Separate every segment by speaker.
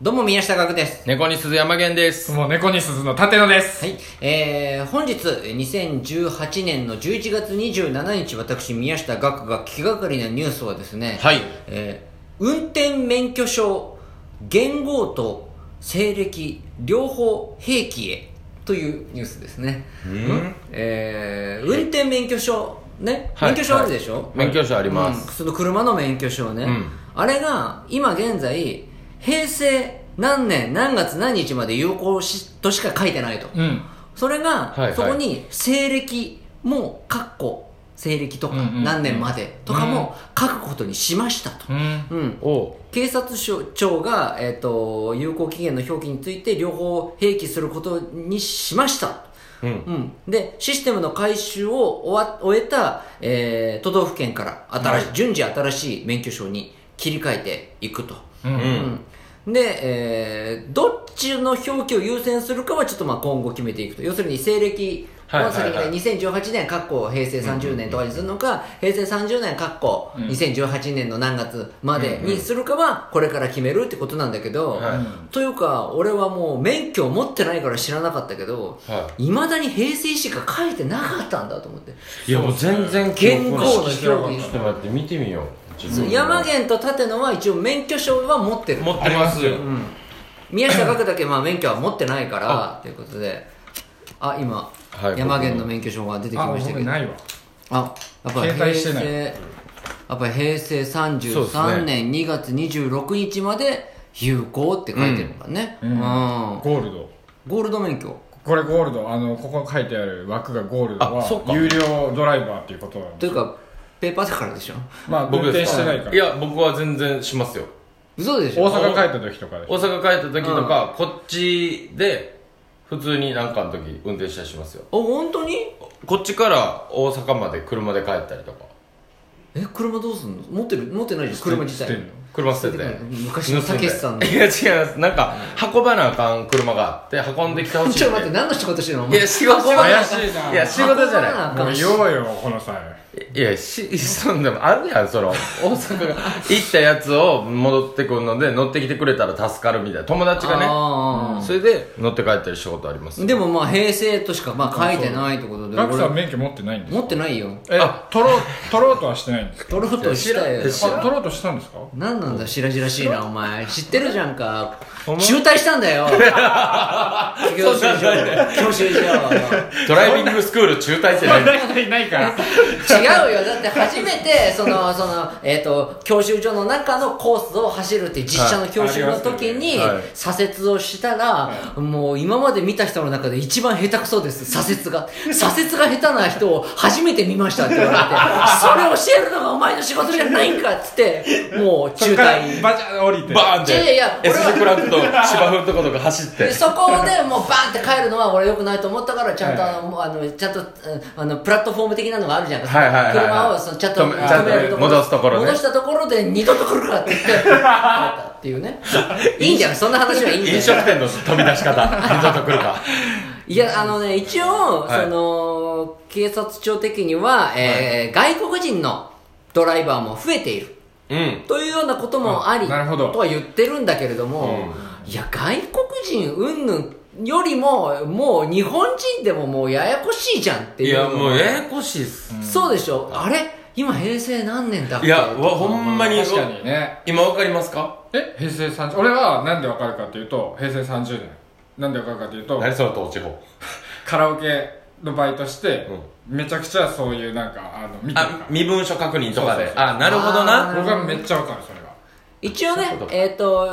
Speaker 1: どうも、宮下岳です。
Speaker 2: 猫に鈴山源で
Speaker 3: ど
Speaker 2: す
Speaker 3: う。も猫に鈴の立野です。
Speaker 1: はい。えー、本日、2018年の11月27日、私、宮下岳が気がかりなニュースはですね、
Speaker 2: はい。
Speaker 1: えー運転免許証、元号と西暦、両方兵器へというニュースですね。うんえー、運転免許証、ね、
Speaker 2: はい
Speaker 1: 免許証あるでしょ、
Speaker 2: 免許証ありま
Speaker 1: うん
Speaker 2: す。
Speaker 1: その車の免許証ね、
Speaker 2: ん
Speaker 1: あれが今現在平成何年何月何日まで有効しとしか書いてないと、
Speaker 3: うん。
Speaker 1: それが、
Speaker 2: いはい
Speaker 1: そこに西暦も括弧西暦とか
Speaker 3: うんうんうん
Speaker 1: 何年までとかも書くことにしましたと、
Speaker 3: うん。
Speaker 1: うん、
Speaker 2: おう
Speaker 1: 警察署長が、えー、と有効期限の表記について両方併記することにしました、
Speaker 2: うん。
Speaker 1: でシステムの改修を終わ終えた、えー都道府県から新しい、順次新しい免許証に切り替えていくと、
Speaker 3: うん。
Speaker 2: う。
Speaker 3: うん
Speaker 1: うんで、えーどっちの表記を優先するかはちょっとまあ今後決めていくと要するに西暦
Speaker 2: はいは
Speaker 1: はい
Speaker 2: はい
Speaker 1: 先ほど2018年、かっこ平成30年とかにするのか、平成30年、かっこ2018年の何月までにするかは、これから決めるってことなんだけど、
Speaker 2: は
Speaker 1: というか、俺はもう免許を持ってないから知らなかったけど、
Speaker 2: はい
Speaker 1: まだに平成しか書いてなかったんだと思って、
Speaker 2: い。いや、もう全然記憶
Speaker 1: 元号
Speaker 2: が
Speaker 1: の
Speaker 2: ち
Speaker 1: 表
Speaker 2: ょ
Speaker 1: 記
Speaker 2: っと待って、見てみよう。自分の
Speaker 1: 山源と立野は一応免許証は持ってる
Speaker 2: 持ってますよ。
Speaker 1: 宮下岳だけまあ免許は持ってないからということであ今、
Speaker 2: はい
Speaker 1: 山源の免許証が出てき
Speaker 3: あ、
Speaker 1: ました
Speaker 3: 僕
Speaker 1: けど
Speaker 3: ないわ。
Speaker 1: あやっぱり
Speaker 3: 携
Speaker 1: 平
Speaker 3: 帯してない
Speaker 1: 成やっぱり平成
Speaker 2: そうです
Speaker 1: 33
Speaker 2: ね
Speaker 1: 年2月26日まで有効って書いてるからね、うん
Speaker 3: ゴールド。
Speaker 1: ゴールド免許
Speaker 3: これゴールド。あの、ここ書いてある枠がゴールド
Speaker 2: あそう
Speaker 3: は
Speaker 2: か、
Speaker 3: 有料ドライバーっていうことなん
Speaker 1: と
Speaker 3: で
Speaker 1: いうかペーパーだからでしょ
Speaker 3: まあ、運
Speaker 2: 僕
Speaker 3: 転
Speaker 2: で
Speaker 3: し
Speaker 2: す
Speaker 3: て
Speaker 2: か
Speaker 3: ないから。
Speaker 2: いや、僕は全然しますよ。
Speaker 1: 嘘でし
Speaker 3: 大
Speaker 1: ょ
Speaker 3: 阪帰った時とかでし
Speaker 2: 大
Speaker 3: ょ。
Speaker 2: 阪帰った時とか、こっちで、普通になんかの時、運転したりしますよ。
Speaker 1: お本当に
Speaker 2: こっちから大阪まで車で帰ったりとか。
Speaker 1: え車どうすんの持ってる持ってないじゃん車自
Speaker 3: して
Speaker 1: 体
Speaker 3: んの
Speaker 2: 車捨てて
Speaker 1: 昔のたけし さんの
Speaker 2: いや違いますなんか運ばなあかん車があって運んできてほしい
Speaker 1: ちょっと待って何の仕事してるのお
Speaker 2: い
Speaker 1: 前
Speaker 2: や仕事じゃない
Speaker 3: 怪しいない
Speaker 2: や仕事じゃ
Speaker 1: 運ばなあ
Speaker 2: な
Speaker 1: か
Speaker 3: も
Speaker 1: ん
Speaker 3: う
Speaker 1: し
Speaker 3: 言おうよ、この際。
Speaker 2: いいやしそんでもあるやんその大阪が行ったやつを戻ってくるので乗ってきてくれたら助かるみたいな友達がね
Speaker 1: あー
Speaker 2: それで乗って帰ったりしたことあります
Speaker 1: でもまあ平成としかまあ書いてないってことで
Speaker 3: ガクさん
Speaker 1: 俺
Speaker 3: 免許持ってないんです
Speaker 1: 持
Speaker 3: か
Speaker 1: ってないよ
Speaker 3: え、取ろう、取ろうとはしてないんですか
Speaker 1: 取ろうとしたよ
Speaker 2: いや 知らん
Speaker 3: あ取ろうとしたんですか
Speaker 1: 何なんだ白々しいなお前知ってるじゃんか中退したんだ よ教習所教習所
Speaker 2: ドライビングスクール中退生ない
Speaker 3: 人い ないから。
Speaker 1: 違うよだって初めてそのそのえっ、と教習所の中のコースを走るっていう実車の教習の時に
Speaker 2: はいありま
Speaker 1: 左折をしたら、もう今まで見た人の中で一番下手くそです左折が左折が下手な人を初めて見ましたって言われてそ れを教えるのがお前の仕事じゃないんかっつってもう
Speaker 3: そ
Speaker 1: 中
Speaker 3: っから
Speaker 1: 退
Speaker 3: バチャン降りて。
Speaker 2: バーンっ
Speaker 1: いや
Speaker 2: て
Speaker 1: いやいや俺は
Speaker 2: S 字クラブと芝生のとことか走って
Speaker 1: でそこでもうバンって帰るのは俺良くないと思ったからちゃんと
Speaker 3: は
Speaker 1: あの、もうあのちゃんとうんあのプラットフォーム的なのがあるじゃん
Speaker 2: はいはいはいはい
Speaker 1: 車をそのちゃんと
Speaker 2: 止めちゃんと戻すところね
Speaker 1: 戻したところで二度と来るかって言って帰ったっていう ねいいんじゃないそんな話はいいんだ
Speaker 2: 飲
Speaker 1: よ
Speaker 2: 食店の飛び出し方二度と来るか
Speaker 1: いやあのね一応、
Speaker 2: はい
Speaker 1: その警察庁的には、えー外国人のドライバーも増えている
Speaker 2: うん
Speaker 1: というようなこともあり
Speaker 3: あなるほど
Speaker 1: とは言ってるんだけれども、いや外国人云々よりももう日本人でももうややこしいじゃんって
Speaker 2: い
Speaker 1: いう
Speaker 2: やもうややこしいっす
Speaker 1: そうでしょ、あれ今平成何年だっけ
Speaker 2: いやわほんまに
Speaker 3: 確かにね。
Speaker 2: 今わかりますか
Speaker 3: え平成30俺はなんでわかるかっていうと平成30年なんでわかるかっていうと
Speaker 2: 何その統治法
Speaker 3: カラオケのバイトして、めちゃくちゃそういうなんかあの見てるか
Speaker 2: あ身分証確認とかで
Speaker 3: そうそうそう
Speaker 2: あなるほど
Speaker 1: あ
Speaker 2: な
Speaker 3: ら僕はめっちゃわかるそれは
Speaker 1: 一応
Speaker 2: そうい
Speaker 1: ね
Speaker 2: うこと
Speaker 1: えっ、と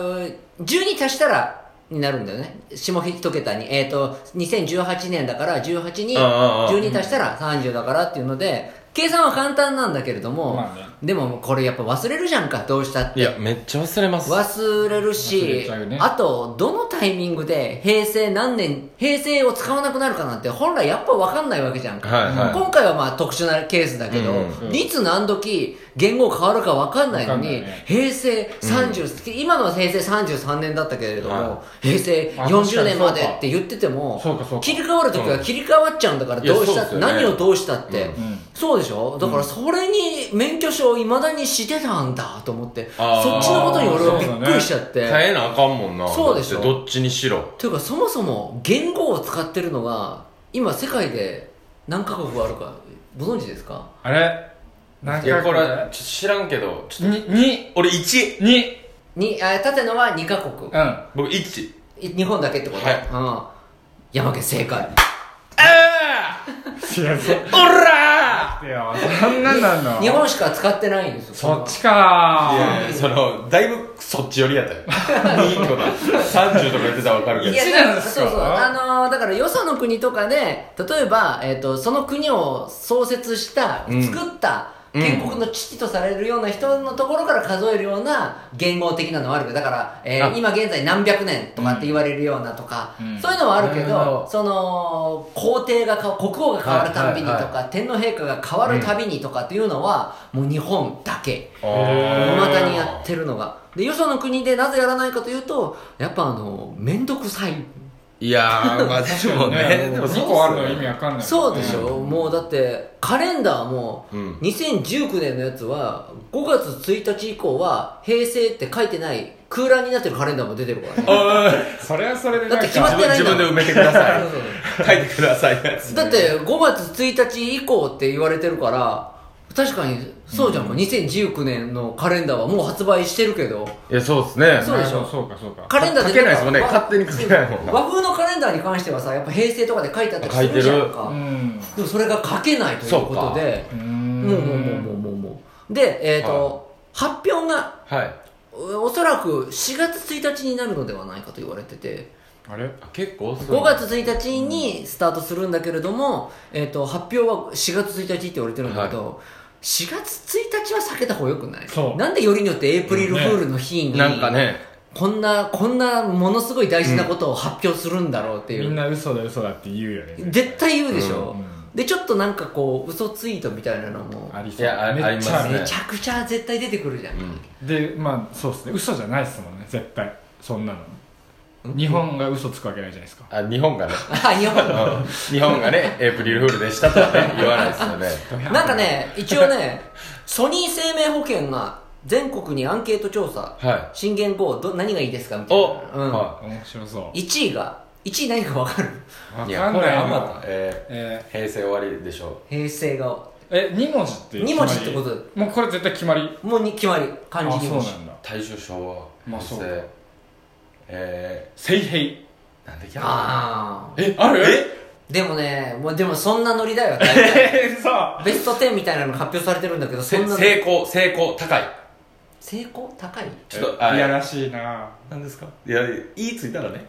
Speaker 1: 12足したらになるんだよね下一桁にえっ、と2018年だから18に
Speaker 2: うんうんうん
Speaker 1: 12足したら30だからっていうので計算は簡単なんだけれども、
Speaker 3: まあね
Speaker 1: でもこれやっぱ忘れるじゃんかどうしたって
Speaker 2: いやめっちゃ忘れます
Speaker 1: 忘れるし
Speaker 3: 忘れちゃうね
Speaker 1: あとどのタイミングで平成何年平成を使わなくなるかなんて本来やっぱ分かんないわけじゃんか、
Speaker 2: はいはい
Speaker 1: 今回はまあ特殊なケースだけど、
Speaker 2: うん
Speaker 3: うん
Speaker 1: いつ何時言語変わるか分かんないの
Speaker 3: わか
Speaker 1: に、
Speaker 3: んないね
Speaker 1: 平成30、今のは平成33年だったけれども、
Speaker 2: は
Speaker 1: 平成
Speaker 3: あ確か
Speaker 1: 40
Speaker 3: に
Speaker 1: 年までって言ってても
Speaker 3: そうかそうか
Speaker 1: 切り替わる時は切り替わっちゃうんだから
Speaker 2: いや
Speaker 1: どうしたって、
Speaker 2: そうですよね
Speaker 1: 何をどうしたって、
Speaker 2: うん
Speaker 1: そうでしょだからそれに免許証をいまだにしてたんだと思って
Speaker 2: あ
Speaker 1: そ
Speaker 2: ー
Speaker 1: っちのことに俺はびっくりしちゃって。
Speaker 2: 変えなあかんもんな
Speaker 1: そうでしょ
Speaker 2: だってどっちにしろ
Speaker 1: というかそもそも言語を使ってるのが今世界で何カ国あるかご存知ですか
Speaker 3: あれ何
Speaker 2: いや
Speaker 3: 回
Speaker 2: こ
Speaker 3: こ
Speaker 2: れ
Speaker 3: れ
Speaker 2: ちょ知らんけどちょ
Speaker 3: に、に、
Speaker 2: 俺1
Speaker 3: に、
Speaker 1: にあ縦のは2カ国
Speaker 3: うん。あ
Speaker 2: 僕1
Speaker 1: い日本だけってこと、
Speaker 2: はい
Speaker 1: うん、山家正解
Speaker 2: ああ
Speaker 3: いや、そ、
Speaker 2: おら
Speaker 3: いや、そんなんなんの
Speaker 1: 日本しか使ってないんですよ
Speaker 3: そっちか
Speaker 2: ーい
Speaker 3: ー
Speaker 2: やいやそのだいぶそっち寄りやったよ2個だ30とか言ってたらわかるけ
Speaker 1: い
Speaker 2: ど
Speaker 1: や
Speaker 3: 一なんですか
Speaker 1: そうそうあのーだからよその国とかで例えば、えー、とその国を創設した、
Speaker 2: うん
Speaker 1: 作った
Speaker 2: うん
Speaker 1: 建国の父とされるような人のところから数えるような言語的なのはあるけどだから、えー
Speaker 2: あ
Speaker 1: 今現在何百年とかって言われるようなとか、
Speaker 3: うん
Speaker 1: そういうのはあるけ
Speaker 2: なるほ
Speaker 1: ど
Speaker 2: ど
Speaker 1: その皇帝がか国王が変わるたんびにとか、
Speaker 2: はいはい
Speaker 1: 天皇陛下が変わるたびにとかっていうのは、もう日本だけ。
Speaker 2: あー
Speaker 3: へー
Speaker 1: まだにやってるのがでよその国でなぜやらないかというとやっぱあの面倒くさい
Speaker 2: いやーまあでもねでも
Speaker 3: 2個あるの
Speaker 2: っす
Speaker 3: 意
Speaker 2: よ
Speaker 3: 味わかんない
Speaker 1: そうでしょ、もうだってカレンダーも
Speaker 2: うん
Speaker 1: 2019年のやつは5月1日以降は平成って書いてない空欄になってるカレンダーも出てるからね
Speaker 2: おい
Speaker 3: それはそれで
Speaker 1: だ
Speaker 3: なん
Speaker 1: って
Speaker 3: か
Speaker 1: 決まってないんだもん
Speaker 2: 自分で埋めてください
Speaker 1: そうそう
Speaker 2: 書いてくださいや
Speaker 1: そ
Speaker 2: つ
Speaker 1: うだって5月1日以降って言われてるから確かにそうじゃんか、2019年のカレンダーはもう発売してるけど
Speaker 2: いやそうですね
Speaker 1: そうでしょ
Speaker 3: そうかそうか
Speaker 1: カレンダー
Speaker 2: 書けないですもんね
Speaker 1: わ
Speaker 2: 勝手に書けないもんな
Speaker 1: 和風のカレンダーに関してはさやっぱ平成とかで書いてあったり
Speaker 2: 書い
Speaker 1: す
Speaker 2: て
Speaker 1: る
Speaker 2: る
Speaker 1: じゃんか
Speaker 3: うん
Speaker 1: でもそれが書けないということで
Speaker 3: うー
Speaker 1: うんもうもうもうもうもうもうでえっ、と、発表が
Speaker 2: はい
Speaker 1: おおそらく4月1日になるのではないかと言われてて
Speaker 3: あれ
Speaker 2: あ結構遅い
Speaker 1: 5月1日にスタートするんだけれども、えー、と発表は4月1日って言われてるんだけど、4月1日は避けた方がよくない
Speaker 3: そう
Speaker 1: なんでよりによってエイプリルフールの日に、
Speaker 2: なんかね
Speaker 1: こんなこんなものすごい大事なことを発表するんだろうっていう、
Speaker 3: みんな嘘だ嘘だって言うよね
Speaker 1: 絶対言うでしょ、
Speaker 3: うん
Speaker 1: でちょっとなんかこう嘘ツイートみたいなのも
Speaker 3: ありそう
Speaker 2: いやあ
Speaker 3: めっちゃ
Speaker 2: あります
Speaker 1: め
Speaker 2: ね
Speaker 1: ちゃくちゃ絶対出てくるじゃん、
Speaker 3: でまあそうですね嘘じゃないですもんね絶対そんなの日本が嘘つくわけないじゃないですか
Speaker 2: あ日本がね
Speaker 1: あ日本
Speaker 2: うん日本がねエイプリルフールでしたとはね言わないですよね
Speaker 1: なんかね、一応ね、ソニー生命保険が全国にアンケート調査、
Speaker 2: は
Speaker 1: 新元号ど、何がいいですかみたい
Speaker 2: お
Speaker 1: な。うん
Speaker 2: は
Speaker 3: 面白そう
Speaker 1: 1位が、1位何か分かる
Speaker 3: わかん
Speaker 2: い
Speaker 3: ない
Speaker 2: これ
Speaker 3: な
Speaker 2: あんまえ
Speaker 3: え
Speaker 2: ー平成終わりでしょ
Speaker 1: 平成が、
Speaker 3: ーえ二文字って
Speaker 1: 二文字ってこと
Speaker 3: ともうこれ絶対決まり
Speaker 1: もうに決まり、漢字
Speaker 3: あ
Speaker 1: に
Speaker 3: そう
Speaker 1: 文字。
Speaker 3: なんだ
Speaker 2: 大正昭和
Speaker 3: ま
Speaker 2: 平
Speaker 3: あそう
Speaker 2: 成え
Speaker 3: 水平
Speaker 2: ーなんでや
Speaker 1: あ
Speaker 3: えある
Speaker 1: ーでもね、もうでもそんなノリだよ、大体
Speaker 3: えーさ
Speaker 1: ベスト10みたいなの発表されてるんだけど、そ
Speaker 2: せ
Speaker 1: んなの
Speaker 2: 成功成功高い
Speaker 1: 成功高い
Speaker 2: ちょっと
Speaker 3: あ
Speaker 2: あ
Speaker 3: いやらしいな
Speaker 2: なんですかいやいいついたらね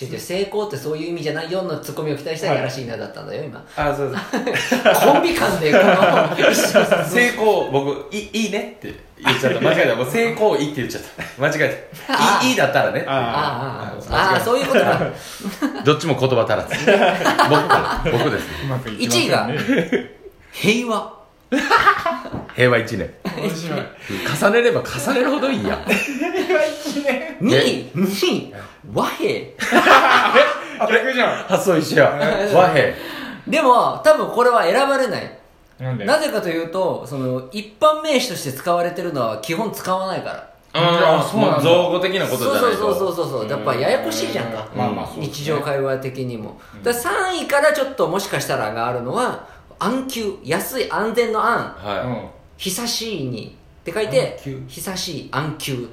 Speaker 1: 違う違う成功ってそういう意味じゃないよのツッコミを期待したらやらしいなだったんだよ、今。
Speaker 2: あそうそう
Speaker 1: コンビ間でこの、一緒に
Speaker 2: 成功僕いいいねって言っちゃった間違えたもう成功いいって言っちゃった間違え
Speaker 1: あ
Speaker 2: たいいいいだったらね
Speaker 3: あ
Speaker 1: あーあー、
Speaker 2: あ
Speaker 1: あーあー、そういうことか。
Speaker 2: どっちも言葉足らず僕から僕です
Speaker 3: うまくいき
Speaker 1: 1
Speaker 3: ませ
Speaker 1: 位
Speaker 3: ん
Speaker 1: が
Speaker 3: ね
Speaker 1: 平和
Speaker 2: 平和1年
Speaker 3: 面 白い
Speaker 2: 重ねれば重ねるほどいいやん
Speaker 1: 2位2位 和平
Speaker 3: あ逆じゃ
Speaker 2: 発想一緒や和平
Speaker 1: でも多分これは選ばれない
Speaker 3: んなんで
Speaker 1: なぜかというとその一般名詞として使われてるのは基本使わないから
Speaker 3: あそう
Speaker 2: も
Speaker 3: なんだ
Speaker 2: う造語的な
Speaker 1: そ
Speaker 2: こ
Speaker 1: う
Speaker 2: とじゃ
Speaker 1: そ
Speaker 2: な
Speaker 1: う
Speaker 2: い
Speaker 1: そうそう
Speaker 2: と
Speaker 1: そうそうやっぱややこしいじゃんか
Speaker 3: うまあまあそうですね
Speaker 1: 日常会話的にもだ3位からちょっともしかしたらがあるのは安久安い安全の安
Speaker 2: は
Speaker 1: 久しいにって書いて
Speaker 2: 安久
Speaker 1: 久しい安久
Speaker 2: い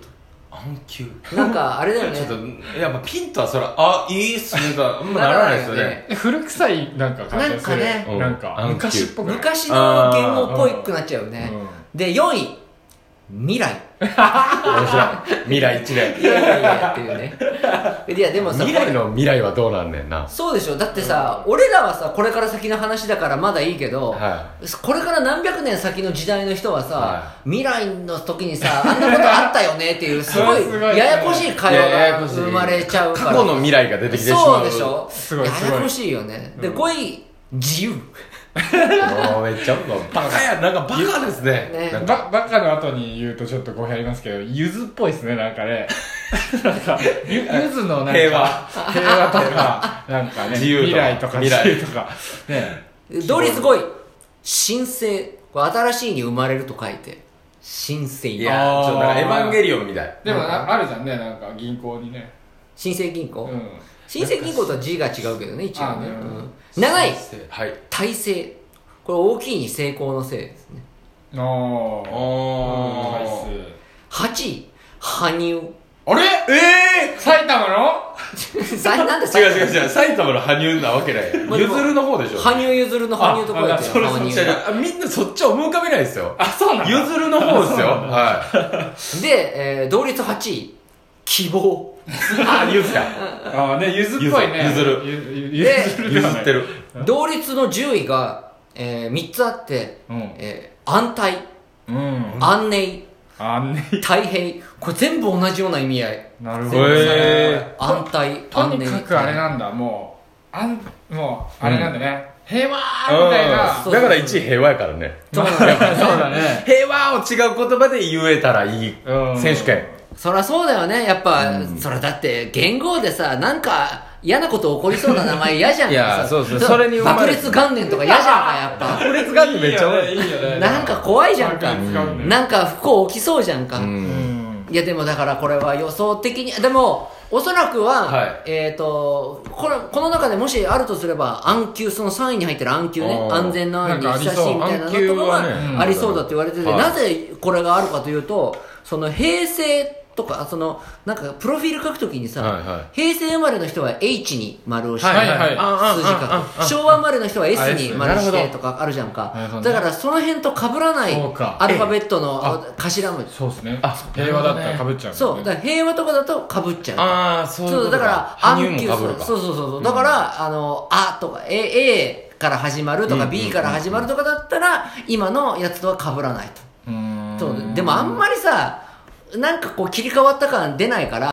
Speaker 2: 安久
Speaker 1: となんかあれだよ
Speaker 2: ちょっ
Speaker 1: ね
Speaker 2: とやっぱピンとはそれあいいっすねとはあんまならないですよね
Speaker 3: うん古臭いなんか感じがする
Speaker 1: なん
Speaker 2: かね
Speaker 3: なんか
Speaker 2: うん
Speaker 3: 昔っぽくない
Speaker 1: 昔の言語っぽいくなっちゃうよね
Speaker 3: うん
Speaker 1: で4位未来
Speaker 2: 面白い未来1
Speaker 1: いやいやいやっていうねいやでも
Speaker 2: 年
Speaker 1: さ
Speaker 2: 未来の未来はどうなんねんな
Speaker 1: そうでしょだってさ、俺らはさこれから先の話だからまだいいけど、
Speaker 2: は
Speaker 1: これから何百年先の時代の人はさ、
Speaker 2: は
Speaker 1: 未来の時にさあんなことあったよねっていうすご
Speaker 3: それすごいね
Speaker 1: いややこしい会
Speaker 2: いやや
Speaker 1: 話
Speaker 2: や
Speaker 1: が
Speaker 2: こしい
Speaker 1: 生まれちゃうから
Speaker 2: 過去の未来が出てきてしま
Speaker 1: そう
Speaker 2: う
Speaker 1: でしょ
Speaker 3: すごいすごい
Speaker 1: ややこしいよねで
Speaker 3: うん
Speaker 1: 5位自由
Speaker 2: もうめっちゃバカやなんかバカですね
Speaker 1: ね
Speaker 2: なんか
Speaker 3: ばバカの後に言うとちょっと語弊ありますけどゆずっぽいですねなん かねなんかゆゆずのなんか
Speaker 2: 平和
Speaker 3: 平和とかなんか ね
Speaker 2: 自由とか
Speaker 3: 未来とか
Speaker 2: 未来
Speaker 3: 自由とかね
Speaker 1: 同率5位新生これ新しいに生まれると書いて新生
Speaker 2: いや
Speaker 3: あー
Speaker 2: ちょっとなんかエヴァンゲリオンみたい
Speaker 3: でもなあるじゃんねなんか銀行にね
Speaker 1: 新生銀行、
Speaker 3: うん
Speaker 1: 新生銀行とは字が違うけどね一応ね、
Speaker 3: あーなるほど
Speaker 1: うん、7位
Speaker 2: はい
Speaker 1: 大成これ大きいに成功のせいですね
Speaker 3: ああ
Speaker 2: あ
Speaker 1: 8位羽生
Speaker 3: あれええ埼玉の
Speaker 1: さなんで
Speaker 2: ー違う違う違う埼玉の羽生なわけない
Speaker 1: まあ
Speaker 2: ゆ
Speaker 1: でも
Speaker 2: ずるの方でしょ
Speaker 1: 羽生結弦の羽生とこうやって
Speaker 3: ああそれ
Speaker 1: 羽
Speaker 2: 違う違
Speaker 1: 生
Speaker 2: うあみんなそっちは思い浮かべないですよ
Speaker 3: あそうな
Speaker 2: ゆ
Speaker 3: の
Speaker 2: ずるの方ですよは
Speaker 1: で、えー同率8位希望
Speaker 2: いあゆずか
Speaker 3: ああねゆずっぽいね
Speaker 2: ゆずる
Speaker 3: ゆゆゆ
Speaker 1: で
Speaker 3: ずる
Speaker 2: ゆ
Speaker 3: で
Speaker 2: ず
Speaker 3: は
Speaker 2: っ
Speaker 3: ない
Speaker 2: てる
Speaker 1: 同率の10位が、え3つあって、
Speaker 3: うん
Speaker 1: えー安泰
Speaker 3: うん
Speaker 1: 安寧
Speaker 3: あんね
Speaker 1: 太平これ全部同じような意味合い
Speaker 3: なる
Speaker 2: へ
Speaker 3: ほど
Speaker 2: え
Speaker 1: 安泰
Speaker 3: と
Speaker 1: 安
Speaker 3: に
Speaker 1: 寧
Speaker 3: かくあれなんだもうあんもうあれなんだね、平和
Speaker 2: ー
Speaker 3: みたいな、
Speaker 1: そ
Speaker 2: うん
Speaker 1: う
Speaker 2: だから1位平和やからね
Speaker 1: そうなんだよ
Speaker 3: そうだね
Speaker 2: 平和を違う言葉で言えたらいい
Speaker 3: うん
Speaker 2: 選手権
Speaker 1: そりゃそうだよねやっぱ、それだって元号でさなんか嫌なこと起こりそうな名前嫌じゃん
Speaker 2: いや
Speaker 1: さ
Speaker 2: そうそうそれに生ま
Speaker 1: 爆
Speaker 2: れ
Speaker 1: 裂元年とか嫌じゃんか やっ
Speaker 2: これ使ってめっちゃ多
Speaker 3: いい
Speaker 2: い
Speaker 3: よねいいよ
Speaker 1: ぱ
Speaker 3: ね
Speaker 1: なんか怖いじゃんか、
Speaker 3: 爆裂元年
Speaker 1: なんか不幸起きそうじゃんか、
Speaker 3: うん
Speaker 1: いやでもだからこれは予想的にでもおそらくは、
Speaker 2: はい
Speaker 1: えっ、とこれこの中でもしあるとすれば安休その3位に入ってる安休ね
Speaker 2: あー
Speaker 1: 安全な安に
Speaker 3: なんかあり
Speaker 1: 久
Speaker 3: そう
Speaker 1: しいみたいなのとか
Speaker 2: 安久はね
Speaker 1: はありそうだって言われてて、
Speaker 2: はい
Speaker 1: なぜこれがあるかというとその平成とかそのなんかプロフィール書くときにさ、
Speaker 2: はいは
Speaker 1: 平成生まれの人は H に丸をして、
Speaker 3: はいはい
Speaker 2: あ
Speaker 1: 数字
Speaker 2: ああ
Speaker 1: 書く昭和生まれの人は S に
Speaker 3: S
Speaker 1: 丸し
Speaker 2: なる
Speaker 1: て
Speaker 2: ほ
Speaker 1: とかあるじゃんか
Speaker 3: なるほどね
Speaker 1: だからその辺と被らない
Speaker 3: そうか
Speaker 1: アルファベットの頭文字
Speaker 3: そうですね
Speaker 2: あ
Speaker 3: 平和だったらかぶっちゃう
Speaker 1: そう、
Speaker 3: もん
Speaker 1: だ
Speaker 3: ね
Speaker 1: から平和とかだとかぶっちゃう。
Speaker 2: ああそ
Speaker 1: そうう
Speaker 2: いうこと
Speaker 1: だから、
Speaker 2: 羽生も
Speaker 1: そ
Speaker 2: かぶる
Speaker 1: う
Speaker 2: か
Speaker 1: そうそうそう。だから、あの、あとか、A、A から始まるとか、B から始まるとかだったら、今のやつとはかぶらないと。
Speaker 3: うーん
Speaker 1: そうでもあんまりさ、なんかこう切り替わった感出ないから、